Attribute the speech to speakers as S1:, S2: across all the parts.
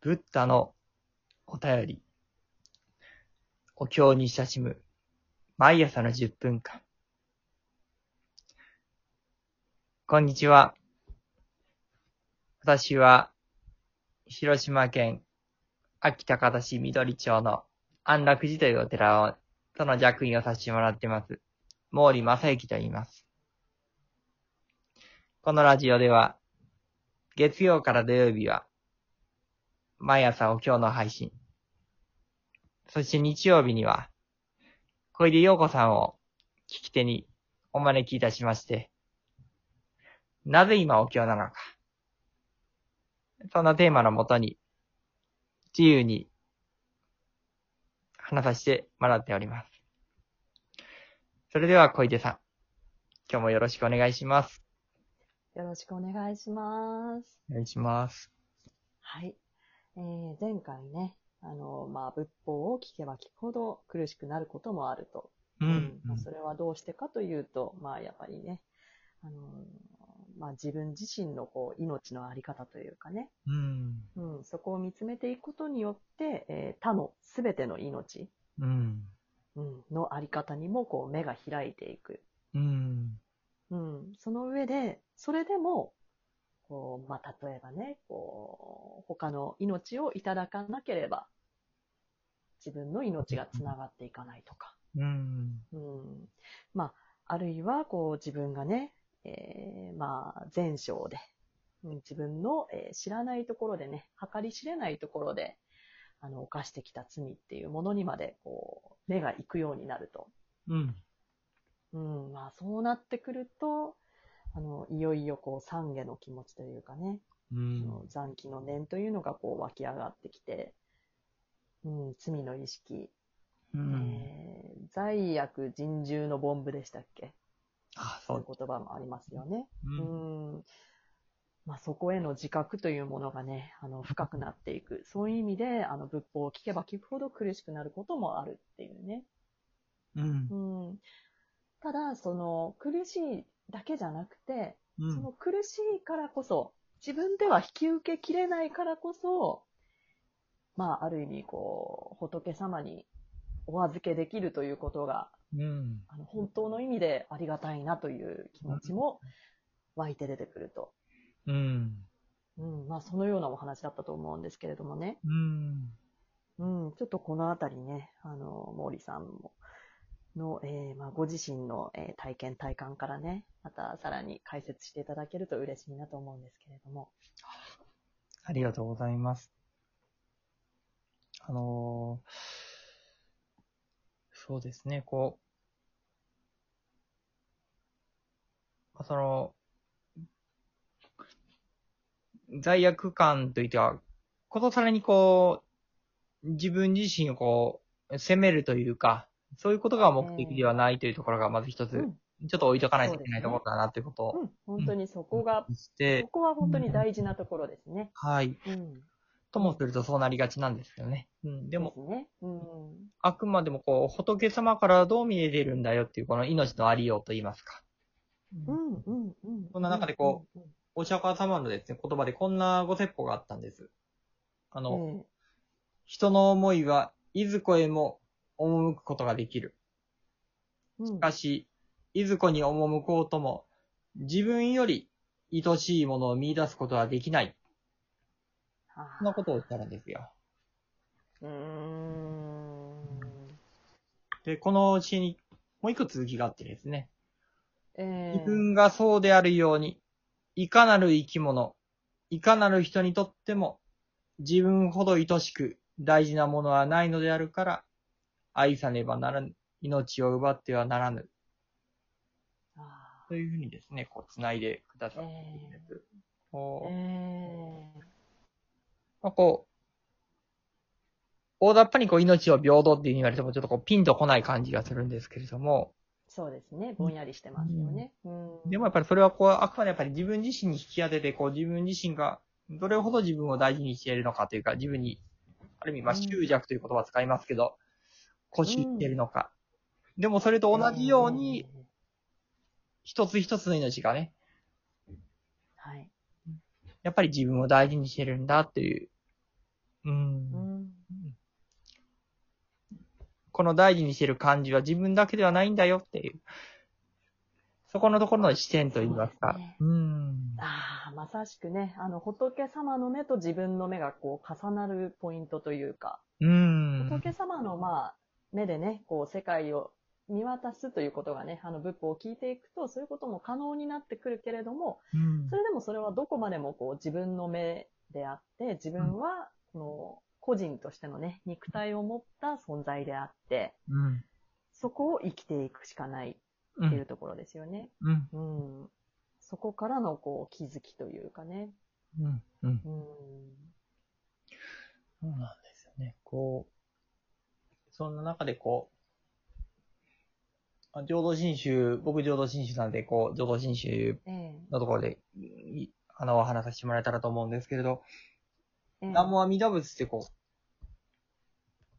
S1: ブッダのお便り、お経に親しむ、毎朝の10分間。こんにちは。私は、広島県秋高田市緑町の安楽寺というお寺を、との役員をさせてもらってます。毛利正幸と言います。このラジオでは、月曜から土曜日は、毎朝お経の配信。そして日曜日には、小出陽子さんを聞き手にお招きいたしまして、なぜ今お経なのか。そんなテーマのもとに、自由に話させてもらっております。それでは小出さん、今日もよろしくお願いします。
S2: よろしくお願いします。
S1: お願いします。
S2: はい。えー、前回ね、あの、まあ、仏法を聞けば聞くほど苦しくなることもあると。
S1: うん。
S2: まあそれはどうしてかというと、まあ、やっぱりね、あの、まあ、自分自身のこう、命のあり方というかね、
S1: うん。
S2: うん、そこを見つめていくことによって、えー他のすべての命、
S1: うん。
S2: うん、のあり方にもこう、目が開いていく。
S1: うん。
S2: うん、その上で、それでも、こう、まあ、例えばね、こう、他の命をいただかなければ、自分の命がつながっていかないとか、
S1: うん。
S2: うん、まあ、あるいは、こう、自分がね、えーまあ、前生で、うん自分の、えー知らないところでね、計り知れないところで、あの、犯してきた罪っていうものにまで、こう、目が行くようになると。
S1: うん。
S2: うん、まあそうなってくると、あの、いよいよこう、懺悔の気持ちというかね、
S1: う
S2: そ
S1: ん。
S2: の残機の念というのがこう湧き上がってきて、うん、罪の意識、
S1: うん。
S2: えー罪悪人獣の凡部でしたっけ
S1: あ、そ
S2: そういう
S1: う。
S2: 言葉もありますよね。
S1: う。
S2: うんん。まあそこへの自覚というものがね、あの、深くなっていく。そういう意味で、あの、仏法を聞けば聞くほど苦しくなることもあるっていうね。
S1: うん
S2: う。ん、ただ、その苦しいだけじゃなくて、
S1: う
S2: そ
S1: ん
S2: の苦しいからこそ、自分では引き受けきれないからこそ、まあ、ある意味、こう、仏様にお預けできるということが、
S1: うん。
S2: あの本当の意味でありがたいなという気持ちも湧いて出てくると。
S1: うん。
S2: うん、まあ、そのようなお話だったと思うんですけれどもね。
S1: うん。
S2: うん、ちょっとこのあたりね、あの、毛利さんも、の、えーまあ、ご自身の、えー体験、体感からね、またさらに解説していただけると嬉しいなと思うんですけれども。
S1: ありがとうございます。あのーそうですね、こう、まあその、罪悪感といっては、ことさらにこう、自分自身をこう、責めるというか、そういうことが目的ではないというところが、まず一つ、
S2: う
S1: ちょ
S2: ん、
S1: っと置いとかないといけないところだなということを
S2: うん、本当にそこが、
S1: して
S2: そ、こは本当に大事なところですね。
S1: はい。
S2: うん。
S1: ともするとそうなりがちなんですよね。うん。でも
S2: で、すね。うん。
S1: あくまでもこう、仏様からどう見えてるんだよっていう、この命のありようと言いますか。
S2: うん、うん、うん。
S1: そんな中でこ
S2: うん、うん
S1: お釈迦様のですね、言葉でこんなご説法があったんです。あの、
S2: うん。え
S1: 人の思いは、いずこへも赴くことができる。
S2: えうん
S1: しかし、いずこに赴こうとも、自分より愛しいものを見出すことはできない。
S2: あ
S1: そんなことを言ったんですよ。
S2: ーうーん。
S1: で、この教えに、もう一個続きがあってですね。
S2: ええ
S1: 自分がそうであるように、いかなる生き物、いかなる人にとっても、自分ほど愛しく大事なものはないのであるから、愛さねばならぬ、命を奪ってはならぬ、
S2: あ
S1: というふうにですね、こう、繋いでくださ
S2: ー
S1: って
S2: え
S1: いるん
S2: え
S1: です。こ
S2: え
S1: う、
S2: え
S1: まあ、こう、大雑把にこう、命を平等っていうふうに言われても、ちょっとこう、ピンとこない感じがするんですけれども、
S2: そうですね。ぼんやりしてますよね。うん
S1: でもやっぱりそれはこう、あくまでやっぱり自分自身に引き当てて、こう自分自身が、どれほど自分を大事にしているのかというか、自分に、ある意味、まあ
S2: うん
S1: 執着という言葉を使いますけど、こしっているのか。でもそれと同じように、、
S2: えー
S1: 一つ一つの命がね、
S2: はい。
S1: やっぱり自分を大事にしてるんだっていう、う。
S2: うんん。
S1: この大事にしてる感じは自分だけではないんだよっていう。そこのところの視点といいます
S2: そう
S1: か
S2: ですね。
S1: うん。
S2: ああ、まさしくね、あの、仏様の目と自分の目がこう重なるポイントというか、
S1: うん。
S2: 仏様のまあ、目でね、こう世界を見渡すということがね、あの仏法を聞いていくと、そういうことも可能になってくるけれども、
S1: うん
S2: それでもそれはどこまでもこう自分の目であって、自分は、この、個人としてのね、肉体を持った存在であって、
S1: うん。
S2: そこを生きていくしかない
S1: うん
S2: っていうところですよね。
S1: うん。
S2: うん。そこからのこう気づきというかね。
S1: うん。うん。
S2: うん。
S1: そうなんですよね。こう、そんな中でこう、あ浄土真宗、僕浄土真宗なんで、こう、浄土真宗
S2: ええ。
S1: のところで、いあの、お話しさせてもらえたらと思うんですけれど、
S2: ええ
S1: 南無阿弥陀仏ってこう、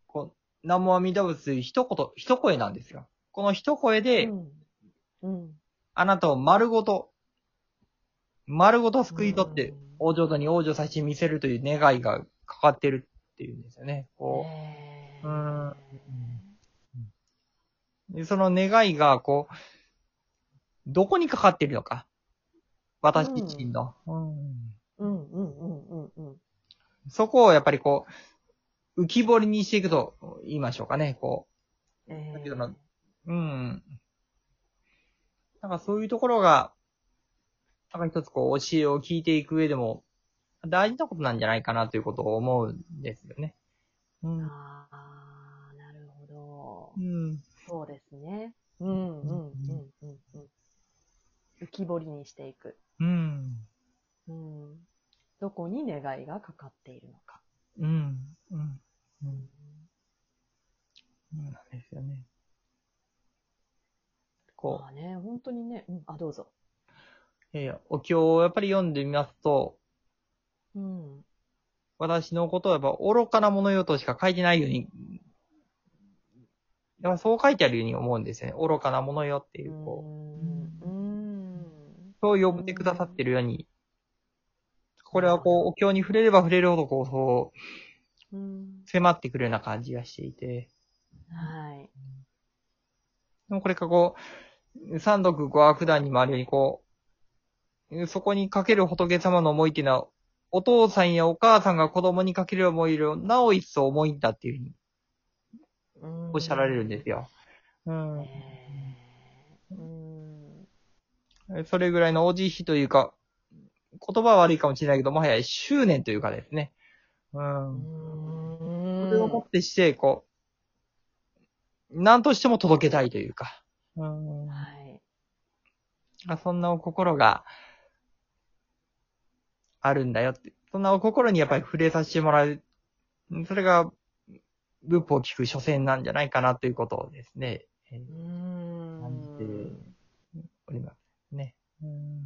S1: こう、南無阿弥陀仏という一言、一声なんですよ。この一声で、
S2: うん。うん。
S1: あなたを丸ごと、丸ごと救い取って、
S2: うん
S1: 大浄土に往生させてみせるという願いがかかってるっていうんですよね。こう、
S2: ええ
S1: うんでその願いが、こう、どこにかかっているのか。私自身の。
S2: うんうんうんうんうん。
S1: そこをやっぱりこう、浮き彫りにしていくと言いましょうかね、こ
S2: え
S1: だ
S2: え
S1: けどなう。うん。なんかそういうところが、なんか一つこう、教えを聞いていく上でも、大事なことなんじゃないかなということを思うんですよね。うん。
S2: ああ、なるほど
S1: う。ん。
S2: そうですね。うんうんうんうんうん。浮き彫りにしていく。
S1: うん。
S2: うん。どこに願いがかかっているのか。
S1: うん。うん。うん。そうなんですよね。こ
S2: まあね、本当にね、うん、あ、どうぞ。
S1: う、いやいやお経をやっぱり読んでみますと、
S2: うん。
S1: 私のことはやっぱ愚かなものよとしか書いてないように、やっぱそう書いてあるように思うんですよね。愚かなものよっていう、こ
S2: うーん。
S1: う、そう呼んでくださってるように、これはこう、お経に触れれば触れるほど、こう、そう、
S2: うーん。
S1: 迫ってくるような感じがしていて、
S2: はい。
S1: でもこれかこう、三毒五悪段にもあるようにこう、そこにかける仏様の思いっていうのは、お父さんやお母さんが子供にかける思いよりも、なお一層重いんだっていうふうにおっしゃられるんです
S2: よ。
S1: よ。うん。
S2: えーうーん。
S1: それぐらいのお慈悲というか、言葉は悪いかもしれないけど、もはや執念というかですね。う。
S2: うんーん
S1: それをもってして、こう、何としても届けたいというか。うん。
S2: はい。
S1: あそんなお心があるんだよって。そんなお心にやっぱり触れさせてもらう。それが、仏法を聞く所詮なんじゃないかなということをですね、えー
S2: うーん
S1: 感おりますね。うん。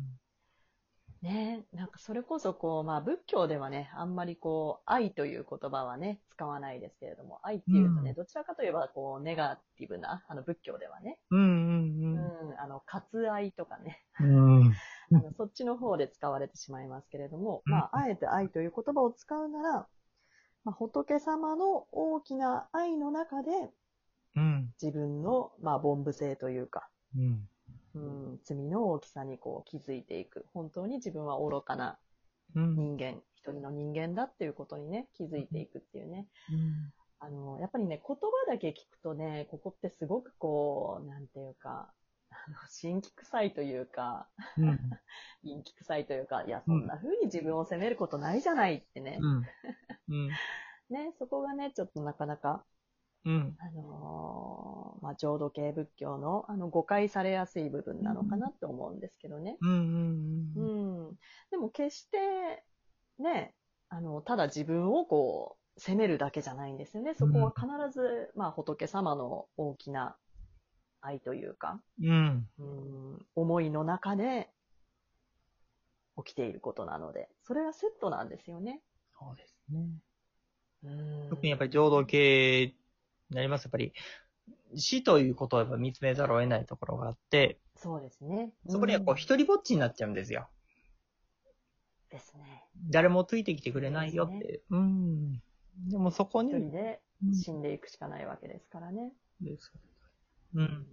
S2: ねなんかそれこそこう、まあ仏教ではね、あんまりこう、愛という言葉はね、使わないですけれども、愛っていうとね、
S1: うん
S2: どちらかといえばこう、ネガティブな、あの仏教ではね、
S1: うん
S2: うん、あの、割愛とかね、
S1: うんうん。うん。
S2: あのそっちの方で使われてしまいますけれども、
S1: うん
S2: まあ、あえて愛という言葉を使うなら、まあ、仏様の大きな愛の中で、
S1: うん。
S2: 自分の、まあ、凡夫性というか、
S1: うん。
S2: うん、罪の大きさにこう気づいていく。本当に自分は愚かな
S1: うん。
S2: 人間、一人の人間だっていうことにね、気づいていくっていうね。あの、やっぱりね、言葉だけ聞くとね、ここってすごくこう、なんていうか、あの、神気臭いというか、
S1: うん。
S2: 陰気臭いというか、いや、そんな風に自分を責めることないじゃないってね。
S1: うん。うん。
S2: ね、そこがね、ちょっとなかなか、
S1: うん。
S2: あのーまあ、浄土系仏教の、あの、誤解されやすい部分なのかなって思うんですけどね。
S1: うん。
S2: う
S1: うん。
S2: ん。でも決して、ね、あの、ただ自分をこう、責めるだけじゃないんですよね。そこは必ず、まあ、仏様の大きな愛というか、
S1: うん。
S2: うん、思いの中で起きていることなので、それがセットなんですよね。
S1: そうですね。
S2: うん
S1: 特にやっぱり浄土系になります。やっぱり死ということをやっぱ見つめざるを得ないところがあって、
S2: そうですね。
S1: そこにはこう
S2: うん
S1: 一人ぼっちになっちゃうんですよ。
S2: ですね。
S1: 誰もついてきてくれないよって。
S2: そう
S1: うん。
S2: う
S1: でもそこに
S2: 一、人で
S1: うん
S2: 死んでいくしかないわけですからね。
S1: ですうん。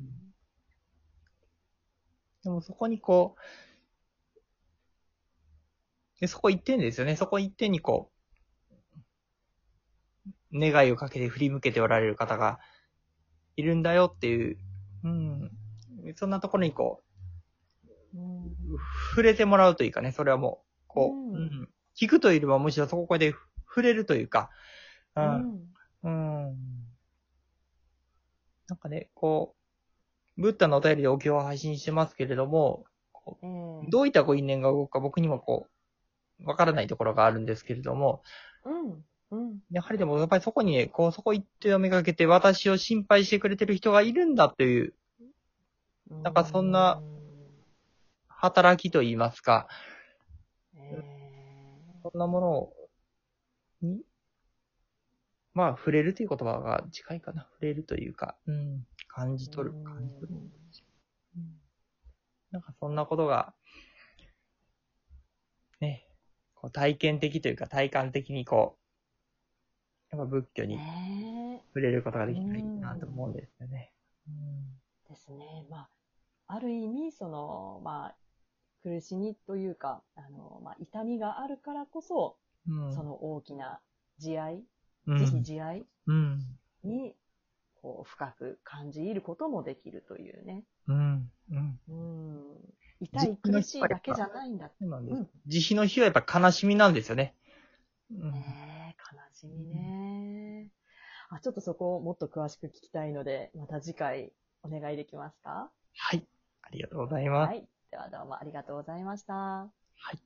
S1: でもそこにこう、でそこ一点ですよね。そこ一点にこう、願いをかけて振り向けておられる方がいるんだよっていう、うん。そんなところにこ
S2: うん
S1: う、触れてもらうというかね、それはもう、こう、
S2: うん
S1: うん聞くというよりはむしろそこで触れるというか、うん
S2: うん
S1: うん。なんかね、こう、ブッダのお便りでお経を配信してますけれども、
S2: ええ
S1: どういったご因縁が動くか僕にもこう、わからないところがあるんですけれども、
S2: うんうん
S1: やはりでもやっぱりそこにね、こう、そこ一定をめがけて私を心配してくれてる人がいるんだという
S2: う
S1: なんかそんな、働きといいますか、
S2: ええ
S1: そんなものを、に、まあ、触れるという言葉が近いかな。触れるというか、うん、感じ取る、感じ取る。なんかそんなことが、ね、こう体験的というか体感的にこう、やっぱ仏教に
S2: ね
S1: 触れることができたらいいなと思うんですよね。
S2: えですね。まあ、ある意味、その、まあ、苦しみというか、あの、まあ、痛みがあるからこそ、
S1: うん。
S2: その大きな慈愛、
S1: うん、
S2: 慈悲慈愛
S1: うん。
S2: に、こう、深く感じ入ることもできるというね。
S1: うん。うん。
S2: うん。痛い、苦しいだけじゃないんだ。
S1: そうなんです。
S2: うん
S1: 慈悲の日はやっぱ悲しみなんですよね。うん。
S2: ねえ、悲しみね。あ、ちょっとそこをもっと詳しく聞きたいので、また次回お願いできますか
S1: はい。ありがとうございます。
S2: はい。ではどうもありがとうございました。
S1: はい